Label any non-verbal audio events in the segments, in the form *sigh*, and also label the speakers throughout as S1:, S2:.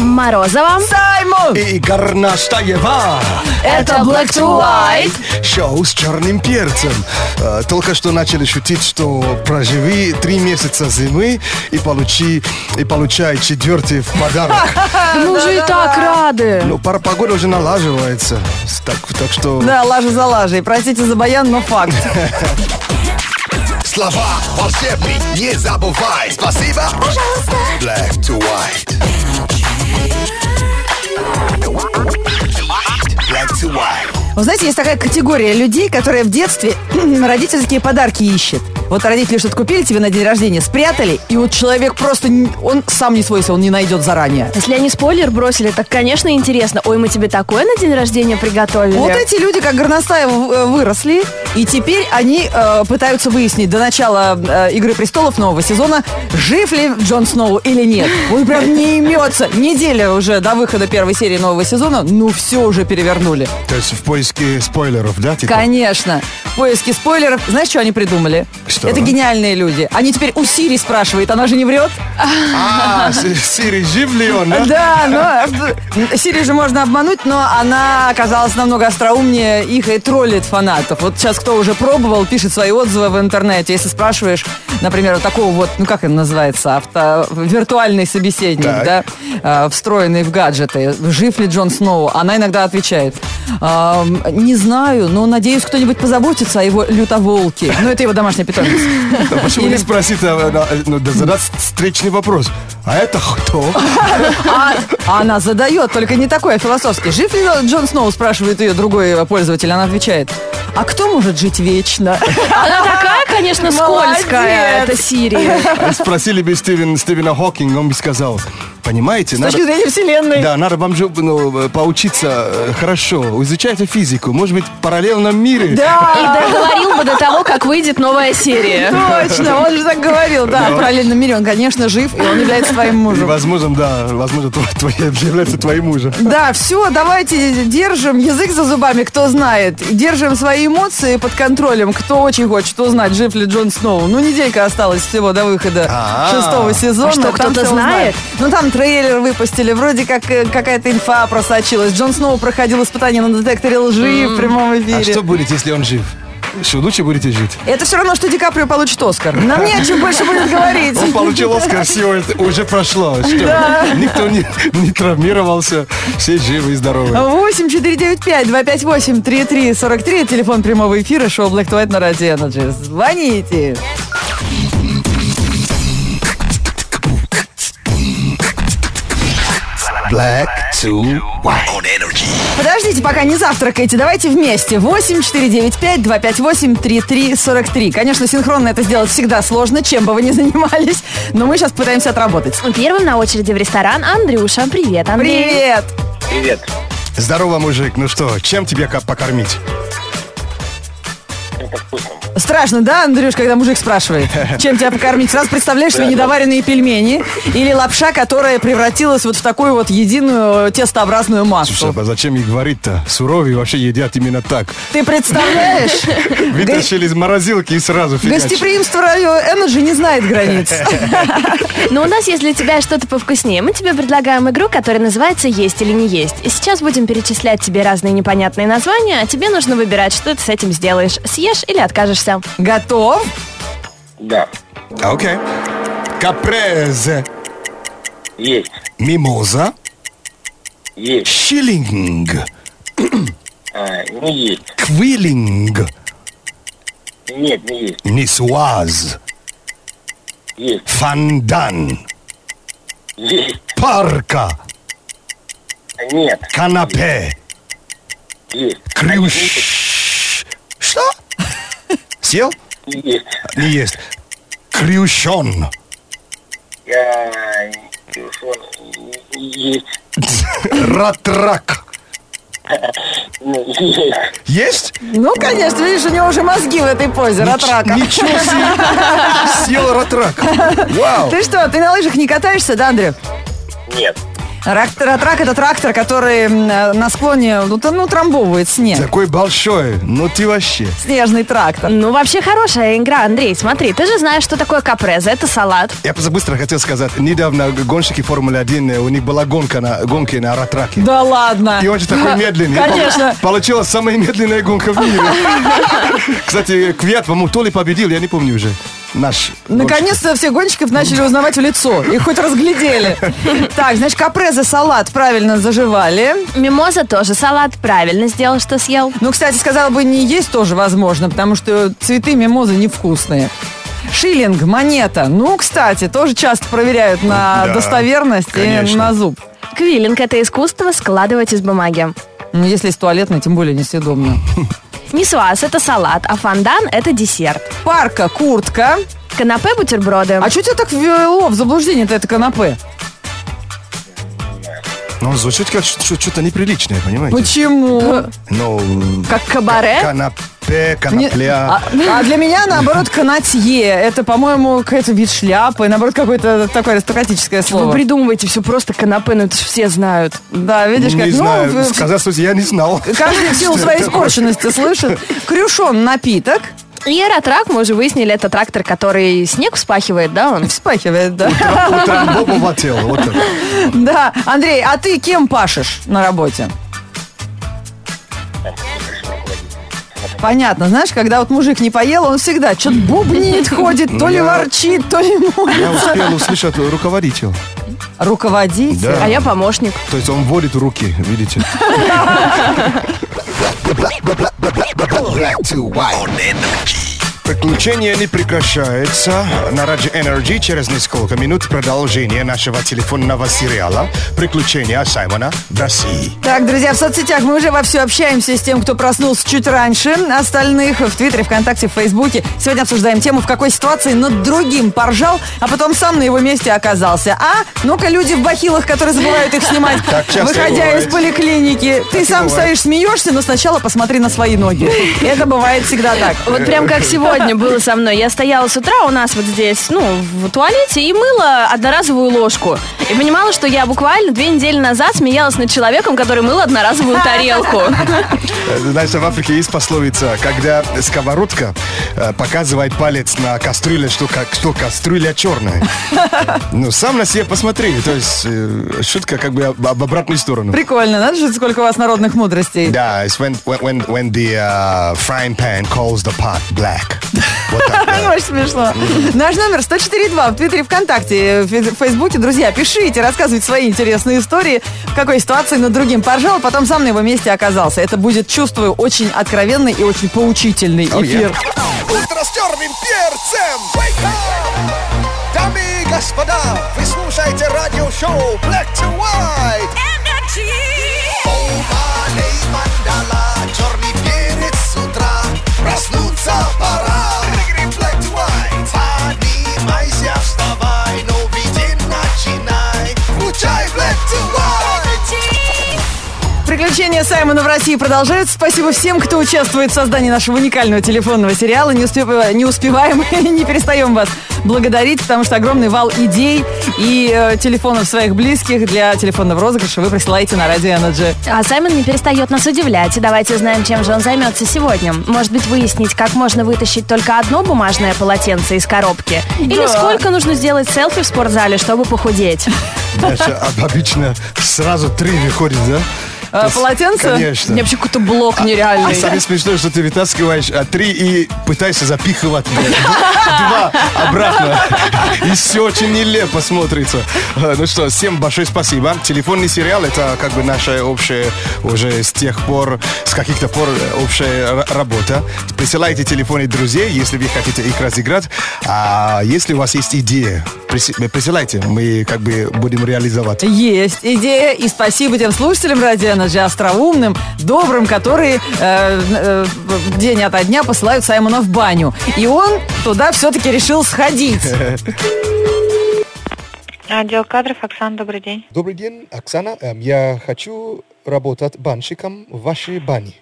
S1: Морозова.
S2: Саймон!
S3: И Гарнаштаева.
S1: Это Black to White.
S3: Шоу с черным перцем. Э, Только что начали шутить, что проживи три месяца зимы и получи и получай четвертый в
S1: *laughs*
S3: подарок.
S1: Мы уже Ну и так рады.
S3: Ну, пара погода уже налаживается. С- Так, так что
S2: Да, лажа за лажей. Простите за баян, но факт.
S4: Слова волшебный, не забывай. Спасибо. Black to white. Black to white.
S2: Вы знаете, есть такая категория людей, которые в детстве *clears throat* родительские подарки ищет. Вот родители что-то купили тебе на день рождения, спрятали, и вот человек просто, н- он сам не свой, если он не найдет заранее.
S1: Если они спойлер бросили, так, конечно, интересно. Ой, мы тебе такое на день рождения приготовили.
S2: Вот эти люди, как Горностаева, в- э, выросли, и теперь они э, пытаются выяснить до начала э, «Игры престолов» нового сезона, жив ли Джон Сноу или нет. Он прям не имется. Неделя уже до выхода первой серии нового сезона, ну все уже перевернули.
S3: То есть в поиске спойлеров, да? типа?
S2: Конечно. Поиски спойлеров. Знаешь, что они придумали?
S3: Что?
S2: Это гениальные люди. Они теперь у Сири спрашивают, она же не врет?
S3: А, Си- Сири, жив ли он, да?
S2: Да, но э, Сири же можно обмануть, но она оказалась намного остроумнее их и троллит фанатов. Вот сейчас кто уже пробовал, пишет свои отзывы в интернете. Если спрашиваешь, например, вот такого вот, ну как это называется, авто... виртуальный собеседник,
S3: Так.
S2: да, э, встроенный в гаджеты, жив ли Джон Сноу, она иногда отвечает, «Ам, не знаю, но надеюсь, кто-нибудь позаботится о его лютоволке. Ну, это его домашний питомец.
S3: Да Почему не спросить, а, а, а, ну, да задать встречный вопрос? А это кто?
S2: А а она задает, только не такой, а философский. Жив ли Джон Сноу, спрашивает ее другой пользователь. Она отвечает, а кто может жить вечно? *laughs*
S1: Она такая, конечно, скользкая,
S2: Молодец.
S1: это Сирия.
S3: А Спросили бы Стивен, Стивена Хокинга, он бы сказал, понимаете,
S2: С точки
S3: надо,
S2: зрения вселенной.
S3: да, надо вам же ну, поучиться э, хорошо, изучайте физику, может быть, в параллельном мире.
S1: И договорил бы до того, как выйдет новая
S2: *laughs*
S1: серия.
S2: Точно, он же так говорил, да. В параллельном мире он, конечно, жив, и он является твоим
S3: И,
S2: мужем.
S3: возможно, да, возможно, тво- твоя- является твоим мужем.
S2: Да, все, давайте держим язык за зубами, кто знает. И Держим свои эмоции под контролем, кто очень хочет узнать, жив ли Джон Сноу. Ну, неделька осталась всего до выхода
S3: А-а.
S2: шестого сезона.
S1: А что,
S2: там
S1: кто-то
S2: всё
S1: знает?
S2: узнаем. Ну, там трейлер выпустили, вроде как э, какая-то инфа просочилась. Джон Сноу проходил испытание на детекторе лжи в прямом эфире.
S3: А что будет, если он жив? Что, лучше будете жить?
S2: Это все равно, что Ди Каприо получит Оскар. Нам не о чем больше будет говорить.
S3: Он получил Оскар, все это уже прошло. Что? Никто не, не травмировался, все живы и здоровы.
S2: 8 495 258 3343 Телефон прямого эфира шоу Black to White на Радио Energy. Звоните.
S4: Black to white. On energy.
S2: Подождите, пока не завтракайте. Давайте вместе. 8 495 258 3343 Конечно, синхронно это сделать всегда сложно, чем бы вы ни занимались. Но мы сейчас пытаемся отработать.
S1: Первым на очереди в ресторан Андрюша. Привет, Андрей.
S2: Привет!
S5: Привет.
S3: Здорово, мужик. Ну что, чем тебя ко- покормить?
S5: Чем-то вкусным.
S2: Страшно, да, Андрюш, когда мужик спрашивает, чем тебя покормить? Сразу представляешь себе недоваренные пельмени или лапша, которая превратилась вот в такую вот единую тестообразную массу.
S3: Слушай, а зачем ей говорить-то? Суровые вообще едят именно так.
S2: Ты представляешь?
S3: Вытащили из морозилки и сразу фигачат.
S2: Гостеприимство радио Energy не знает границ.
S1: Но у нас есть для тебя что-то повкуснее. Мы тебе предлагаем игру, которая называется «Есть или не есть». И сейчас будем перечислять тебе разные непонятные названия, а тебе нужно выбирать, что ты с этим сделаешь. Съешь или откажешься.
S2: Готов?
S5: Да.
S3: Окей. Капрезе.
S5: Есть.
S3: Мимоза.
S5: Есть.
S3: Шиллинг.
S5: А, не есть.
S3: Квиллинг.
S5: Нет, не есть.
S3: Нисуаз.
S5: Есть.
S3: Фандан.
S5: Есть.
S3: Парка.
S5: Нет.
S3: Канапе.
S5: Есть.
S3: Крюш... Что? Съел?
S5: Есть.
S3: Не есть. Крюшон.
S5: Я... телефон. Есть.
S3: Ратрак.
S5: Ну, Есть.
S3: Есть?
S2: Ну, конечно, видишь, у него уже мозги в этой позе, от рака.
S3: Ничего себе. Съел ратрак. Вау.
S2: Ты что, ты на лыжах не катаешься, да, Андрю?
S5: Нет.
S2: Рак, тра- трак это трактор, который м, э, на склоне ну, т- ну, трамбовывает снег.
S3: Такой большой, ну ты вообще.
S2: Снежный трактор.
S1: Ну, вообще хорошая игра, Андрей. Смотри, ты же знаешь, что такое капреза. Это салат.
S3: Я просто быстро хотел сказать, недавно гонщики Формулы-1, у них была гонка на, гонки на ратраке.
S2: Да ладно.
S3: И он же такой медленный.
S2: Конечно.
S3: Получилась самая медленная гонка в мире. Кстати, Квят, по-моему, то ли победил, я не помню уже. Наш. гонщик.
S2: Наконец-то все гонщиков начали узнавать в лицо. Их хоть *laughs* разглядели. Так, значит, капрезы салат правильно заживали.
S1: Мимоза тоже салат. Правильно сделал, что съел.
S2: Ну, кстати, сказала бы, не есть тоже возможно, потому что цветы мимозы невкусные. Шиллинг, монета. Ну, кстати, тоже часто проверяют на
S3: Да,
S2: достоверность и
S3: конечно.
S2: на зуб.
S1: Квиллинг – это искусство складывать из бумаги.
S2: Ну, если из туалетной, тем более несъедобно.
S1: Нисуаз – это салат, а фондан – это десерт.
S2: Парка, куртка.
S1: Канапе – бутерброды.
S2: А что тебя так ввело в заблуждение-то это канапе?
S3: Ну, звучит как что- что-то неприличное, понимаете?
S2: Почему?
S3: Ну,
S1: Как кабаре?
S3: канапе,
S2: Э? Не-
S3: конопля.
S2: а, а для меня, наоборот, канатье. Это, по-моему, какой-то вид шляпы. Наоборот, какое-то такое аристократическое
S1: Вы
S2: слово.
S1: придумываете все просто канапе, ну это же все знают.
S2: Да, видишь, как...
S3: Не
S2: ну,
S3: знаю,
S2: в- в-
S3: сказать, суть, я
S2: *laughs*
S3: не знал.
S2: Каждый в силу своей испорченности слышит. Крюшон напиток.
S1: И аэротрак, мы уже выяснили, это трактор, который снег вспахивает, да, он?
S2: Вспахивает, да.
S3: Утрамбовывал тело, вот так.
S2: Да. Андрей, а ты кем пашешь на работе? Понятно, знаешь, когда вот мужик не поел, он всегда что-то
S3: *laughs*
S2: бубнит, ходит, то ли
S3: я-
S2: ворчит, то ли молится.
S3: Я успел услышать руководитель.
S2: Руководитель.
S3: Да.
S1: А я помощник.
S3: То есть он вводит руки, видите?
S4: Black to white. On energy.
S3: Приключения не прекращаются. На Радио Energy через несколько минут продолжение нашего телефонного сериала «Приключения Саймона в России».
S2: Так, друзья, в соцсетях мы уже вовсю общаемся с тем, кто проснулся чуть раньше остальных в Твиттере, ВКонтакте, в Фейсбуке. Сегодня обсуждаем тему, в какой ситуации над другим поржал, а потом сам на его месте оказался. А? Ну-ка, люди в бахилах, которые забывают их снимать,
S3: *laughs* Так часто
S2: выходя
S3: бывает.
S2: из поликлиники. Ты сам
S3: бывает.
S2: стоишь, смеешься, но сначала посмотри на свои
S3: *laughs*
S2: ноги. Это бывает всегда так.
S1: Вот прям *laughs* как сегодня было со мной. Я стояла с утра у нас вот здесь, ну, в туалете, и мыла одноразовую ложку. И понимала, что я буквально две недели назад смеялась над человеком, который мыл одноразовую тарелку.
S3: Э, Знаешь, в Африке есть пословица, когда сковородка э, показывает палец на кастрюле, что, как, что кастрюля
S2: *laughs*
S3: черная. Ну, сам на себя посмотри. То есть э, шутка как бы об, об обратную сторону.
S2: Прикольно, надо же, сколько у вас народных мудростей.
S3: Да, it's when, when, when, when the uh, frying pan calls the pot black. Вот
S2: *laughs*
S3: так, да.
S2: Очень смешно. Наш номер 104.2 в Твиттере, ВКонтакте, в Фейс- Фейсбуке. Друзья, пишите, рассказывайте свои интересные истории, в какой ситуации над другим поржал, а потом сам на его месте оказался. Это будет, чувствую, очень откровенный и очень поучительный
S3: Oh, yeah.
S2: эфир.
S4: Утро с черным перцем. Wake up. Дамы и господа, вы слушаете радиошоу Black to White. Оумалей мандала, черный перец с утра. Проснуться пора. Black to White. Поднимайся, вставай, новый день начинай. Включай Black to White.
S2: Приключения Саймона в России продолжаются. Спасибо всем, кто участвует в создании нашего уникального телефонного сериала. Не, успе- не успеваем *laughs* и не перестаем вас благодарить, потому что огромный вал идей и э, телефонов своих близких для телефонного розыгрыша вы присылаете на Радио Energy.
S1: *laughs* А Саймон не перестает нас удивлять. И давайте узнаем, чем же он займется сегодня. Может быть, выяснить, как можно вытащить только одно бумажное полотенце из коробки? Или сколько нужно сделать селфи в спортзале, чтобы похудеть?
S3: Знаешь, об- обычно сразу три выходит, да?
S2: А,
S3: То есть,
S2: полотенце?
S3: Конечно.
S1: вообще какой-то блок нереальный.
S3: И А самое смешное, что ты вытаскиваешь а, три и пытаешься запихивать два обратно. И все очень нелепо смотрится. Э, Ну что, всем большое спасибо. Телефонный сериал это как бы наша общая уже с тех пор, с каких-то пор э, общая ра- работа. Присылайте телефоны друзей, если вы хотите их разыграть. А если у вас есть идея, приси- э, присылайте, мы как бы будем реализовать.
S2: Есть идея, и спасибо тем слушателям Радио Energy, остроумным, добрым, которые э, э, в- день ото дня посылают Саймона в баню. И он туда все-таки решил сходить.
S6: Отдел кадров, Оксана, добрый день.
S3: Добрый день, Оксана. Эм, Я хочу работать банщиком в вашей бане.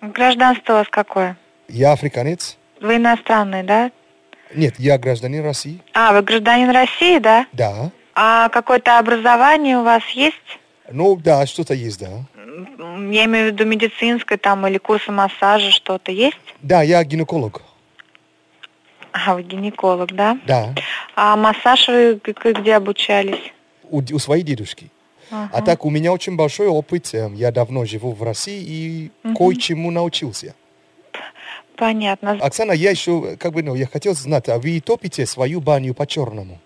S6: Гражданство у вас какое?
S3: Я африканец.
S6: Вы иностранный, да?
S3: Нет, я гражданин России.
S6: А, вы гражданин России, да?
S3: Да.
S6: А какое-то образование у вас есть?
S4: Ну да, что-то есть, да.
S6: М, Я имею в виду медицинской там или курсы массажа, что-то есть?
S4: Да, я гинеколог.
S6: А, вы гинеколог, да?
S4: Да,
S6: А массаж вы г- г- где обучались?
S4: у, д- у своей дедушки. А так у меня очень большой опыт. эм, Я давно живу в России и кое-чему научился.
S6: Понятно.
S4: Оксана, я еще, как бы, ну, я хотел знать, а вы топите свою баню по-черному?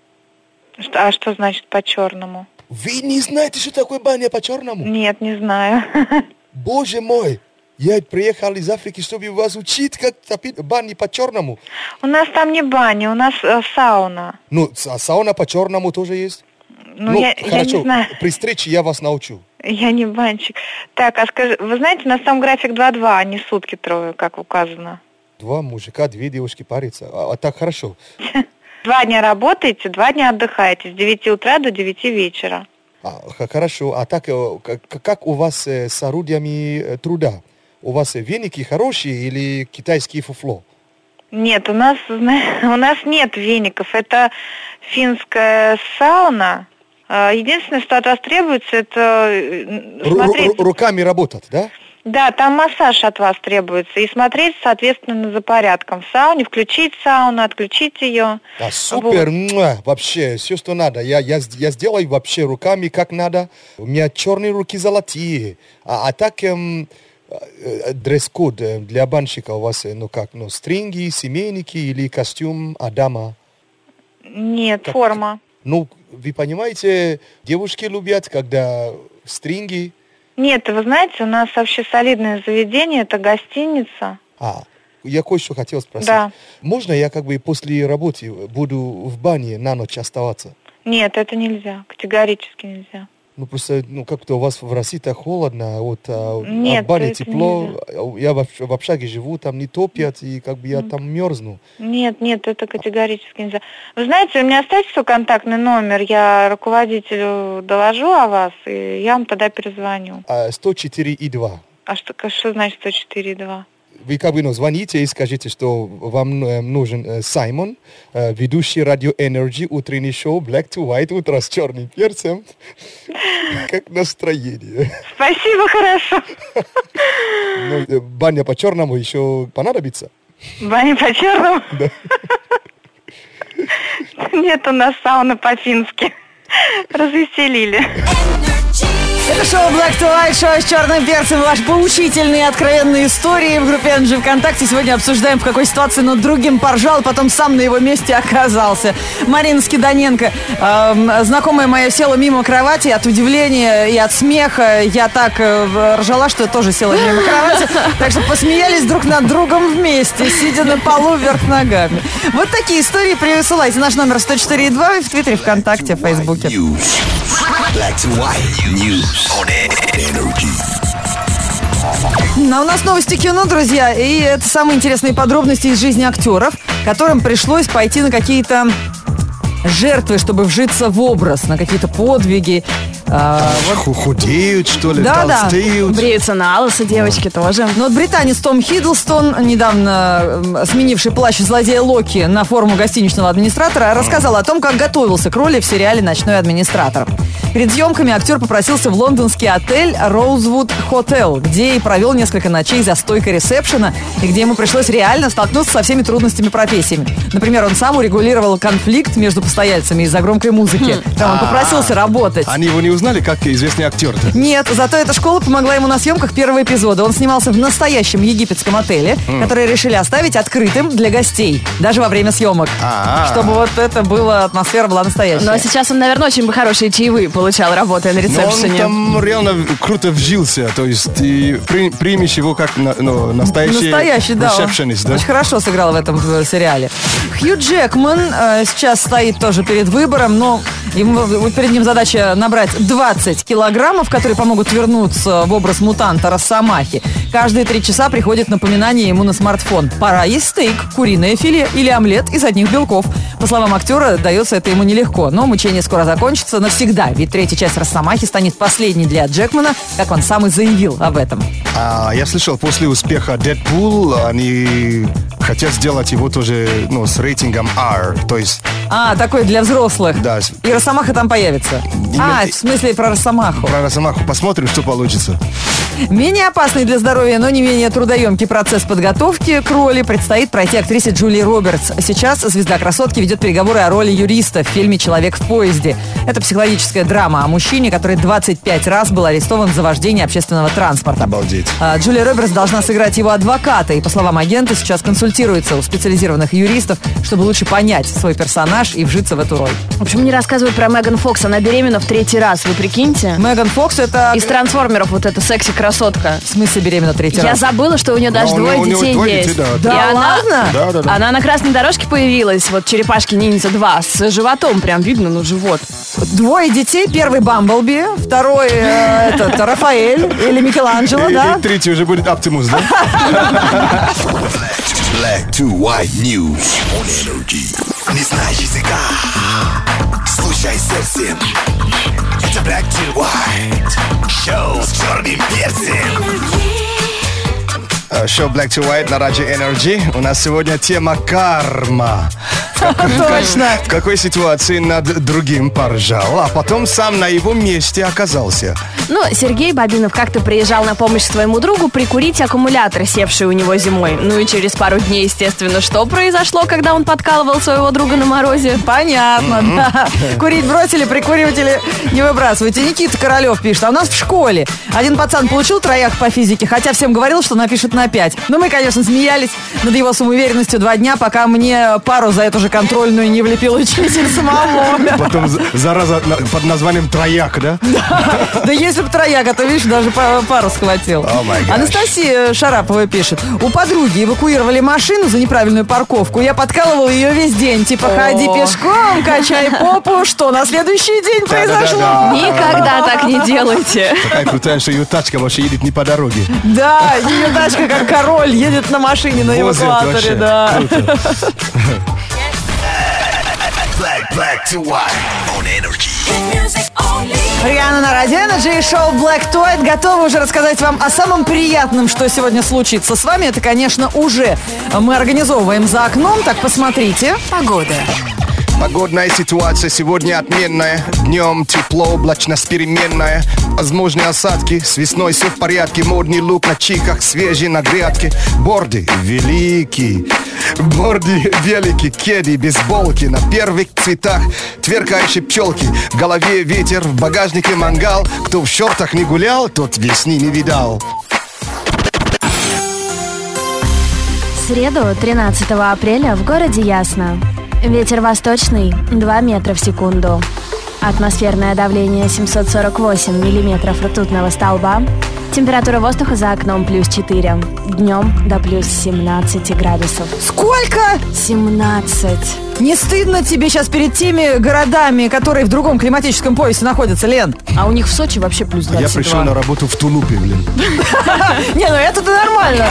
S6: Что- А что значит по-черному?
S4: Вы не знаете, что такое баня по-черному?
S6: Нет, не знаю. *laughs*
S4: Боже мой! Я приехал из Африки, чтобы вас учить, как топить бани по-черному.
S6: У нас там не баня, у нас э, сауна.
S4: Ну, са- сауна по-черному тоже есть.
S6: Ну, я, я не знаю.
S4: При встрече я вас научу.
S6: Я не банщик. Так, а скажи, вы знаете, у нас там график 2-2, а не сутки трое, как указано.
S4: Два мужика, две девушки парятся. А, а так хорошо.
S6: Два дня работаете, два дня отдыхаете, с 9 утра до 9 вечера.
S4: А, х- хорошо. А так, э, как, как у вас э, с орудиями э, труда? У вас э, веники хорошие или китайские фуфло?
S6: Нет, у нас, *laughs* зна- у нас нет веников. Это финская сауна. Э, Единственное, что от вас требуется, это э, н-
S4: Ру- ру-
S6: смотреть...
S4: руками работать, да?
S6: Да, там массаж от вас требуется. И смотреть, соответственно, за порядком в сауне. Включить сауну, отключить ее.
S4: Да, супер, муа, вообще, все, что надо. Я, я, с- я сделаю вообще руками как надо. У меня черные руки золотые. А, а так, эм, э, э, дресс-код э, для банщика у вас, э, ну как, ну, стринги, семейники или костюм Адама.
S6: Нет,
S4: Как-
S6: форма.
S4: Ну, вы понимаете, девушки любят, когда стринги.
S6: Нет, вы знаете, у нас вообще солидное заведение, это гостиница.
S4: А, я кое-что хотел спросить.
S6: Да.
S4: Можно я как бы после работы буду в бане на ночь оставаться?
S6: Нет, это нельзя, категорически нельзя.
S4: Ну просто, ну как-то у вас в России так холодно, а вот а, а
S6: Нет,
S4: в бане
S6: это
S4: тепло. Я в, общ- в общаге живу, там не топят, и как бы я там мерзну.
S6: Нет, нет, это категорически нельзя. Вы знаете, у меня оставьте свой контактный номер, я руководителю доложу о вас, и я вам тогда перезвоню.
S4: А 104 и 2.
S6: А что, к- что значит 104.2?
S4: Вы как бы ну, звоните и скажите, что вам э, нужен э, Саймон, э, ведущий радио Energy, утренний шоу Black to White, утро с черным перцем. *laughs* Как настроение.
S6: Спасибо, хорошо.
S4: Ну, э, баня по-черному еще понадобится.
S6: Баня по черному? *laughs* Нет, у нас сауна по-фински. Развеселили.
S2: Это шоу Black to White, шоу с черным перцем. Ваши поучительные, откровенные истории в группе NG ВКонтакте. Сегодня обсуждаем, в какой ситуации над другим поржал, потом сам на его месте *laughs* оказался. Марина Скиданенко. Эм, знакомая моя села мимо кровати. От удивления и от смеха я так э, в- ржала, что тоже села мимо кровати. Так что посмеялись друг над другом вместе, сидя на полу вверх ногами. Вот такие истории присылайте. Наш номер 104.2 и в Твиттере, ВКонтакте, в Фейсбуке.
S7: News. Black to white news on energy.
S2: А у нас новости кино, друзья, и это самые интересные подробности из жизни актеров, которым пришлось пойти на какие-то жертвы, чтобы вжиться в образ, на какие-то подвиги. А,
S3: Ху- Худеют, что ли,
S2: Да, да.
S3: толстеют.
S1: Бреются на лысо девочки тоже.
S2: Но Ну, вот британец Том Хиддлстон, недавно м, сменивший плащ злодея Локи на форму гостиничного администратора, рассказал о том, как готовился к роли в сериале «Ночной администратор». Перед съемками актер попросился в лондонский отель «Роузвуд Hotel, где и провел несколько ночей за стойкой ресепшена, и где ему пришлось реально столкнуться со всеми трудностями профессиями. Например, он сам урегулировал конфликт между постояльцами из-за громкой музыки. Там он попросился работать.
S3: Они его не узнали, как известный актер-то.
S2: Нет, зато эта школа помогла ему на съемках первого эпизода. Он снимался в настоящем египетском отеле, который решили оставить открытым для гостей, даже во время съемок.
S3: А-а.
S2: Чтобы вот это было, атмосфера была настоящая.
S1: Но Ну, а сейчас он, наверное, очень бы хорошие чаевые получал, работая на
S3: Но он
S1: ресепшене.
S3: там реально в- круто вжился, то есть ты при- примешь его как на- ну, настоящий,
S2: Настоящий, да. он
S3: ресепшенист, да?
S2: Очень хорошо сыграл в этом э, сериале. Хью Джекман э, сейчас стоит тоже перед выбором, но ему, вот перед ним задача набрать 20 килограммов, которые помогут вернуться в образ мутанта Росомахи. Каждые три часа приходит напоминание ему на смартфон. Пора есть стейк, куриное филе или омлет из одних белков. По словам актера, дается это ему нелегко, но мучение скоро закончится навсегда, ведь третья часть Росомахи станет последней для Джекмана, как он сам и заявил об этом.
S3: А, я слышал, после успеха Дэдпул они хотят сделать его тоже ну, с рейтингом R, то есть
S2: А, такой для взрослых.
S3: Да, с-
S2: И Росомаха там появится. А, в смысле про Росомаху.
S3: Про Росомаху посмотрим, что получится.
S2: Менее опасный для здоровья, но не менее трудоемкий процесс подготовки к роли предстоит пройти актрисе Джулии Робертс. Сейчас звезда красотки ведет переговоры о роли юриста в фильме «Человек в поезде». Это психологическая драма о мужчине, который 25 раз был арестован за вождение общественного транспорта.
S3: Обалдеть.
S2: А, Джулия Робертс должна сыграть его адвоката и, по словам агента, сейчас консультируется у специализированных юристов, чтобы лучше понять свой персонаж и вжиться в эту роль.
S1: В общем, мне рассказывают про Меган Фокс. Она беременна в третий раз, вы прикиньте.
S2: Меган Фокс это...
S1: Из трансформеров вот эта секси-красотка.
S2: В смысле беременна третий
S1: Я
S2: раз?
S1: забыла, что у нее даже
S3: у нее-
S1: двое
S3: у нее
S1: детей
S3: двое
S1: есть.
S3: детей,
S2: Да
S3: да.
S1: И она-
S2: ладно?
S3: Да, да, да.
S1: Она на красной дорожке появилась, вот черепашки ниндзя 2, с животом прям видно, ну живот.
S2: Двое детей. Первый Бамблби, второй э, этот, Рафаэль или Микеланджело,
S3: И-
S2: да?
S3: И третий уже будет Оптимус, да?
S7: Black to white news on energy. Не знаешь языка, слушай сердцем. Это Black to white. Шоу с черным перцем.
S3: Э, Шоу Black to White на Радио Energy. У нас сегодня тема карма. В какой- в какой- В какой ситуации над другим поржал, а потом сам на его месте оказался.
S1: Ну, Сергей Бабинов как-то приезжал на помощь своему другу прикурить аккумулятор, севший у него зимой. Ну и через пару дней, естественно, что произошло, когда он подкалывал своего друга на морозе?
S2: Понятно, да. Курить бросили, прикуриватели не выбрасывайте. Никита Королев пишет, а у нас в школе один пацан получил трояк по физике, хотя всем говорил, что напишет на пять. Но мы, конечно, смеялись над его самоуверенностью два дня, пока мне пару за эту же контрольную не влепил учитель самому.
S3: Потом за- зараза на- под названием трояк, да?
S2: Да если бы трояк, а то, видишь, даже па- пару схватил.
S3: Oh my gosh.
S2: Анастасия Шарапова пишет. У подруги эвакуировали машину за неправильную парковку. Я подкалывал ее весь день. Типа, ходи пешком, качай попу. Что на следующий день
S3: Да-да-да-да.
S2: произошло?
S1: Никогда так не делайте.
S3: Такая крутая, что ее тачка вообще едет не по дороге.
S2: Да, ее тачка как король едет на машине на
S3: Возит вообще.
S2: эвакуаторе. Да.
S3: Круто.
S7: Black, black to white on energy.
S2: Риана на Радио Energy и шоу Black to White готовы уже рассказать вам о самом приятном, что сегодня случится с вами. Это, конечно, уже мы организовываем за окном, так посмотрите. Погода.
S3: Погодная ситуация сегодня отменная. Днем тепло, облачность переменная. Возможны осадки, с весной все в порядке. Модный лук на чиках, свежий на грядке. Борды великий, борды велики, кеди, бейсболки на первых цветах. Тверкающие пчелки, в голове ветер, в багажнике мангал. Кто в шортах не гулял, тот весны не видал.
S8: В среду, 13 апреля, в городе ясно. Ветер восточный 2 метра в секунду. Атмосферное давление 748 миллиметров ртутного столба. Температура воздуха за окном плюс 4. Днем до плюс 17 градусов.
S2: Сколько?
S8: 17.
S2: Не стыдно тебе сейчас перед теми городами, которые в другом климатическом поясе находятся, Лен?
S1: А у них в Сочи вообще плюс 22.
S3: Я пришел на работу в тулупе, блин.
S2: Не, ну это-то нормально.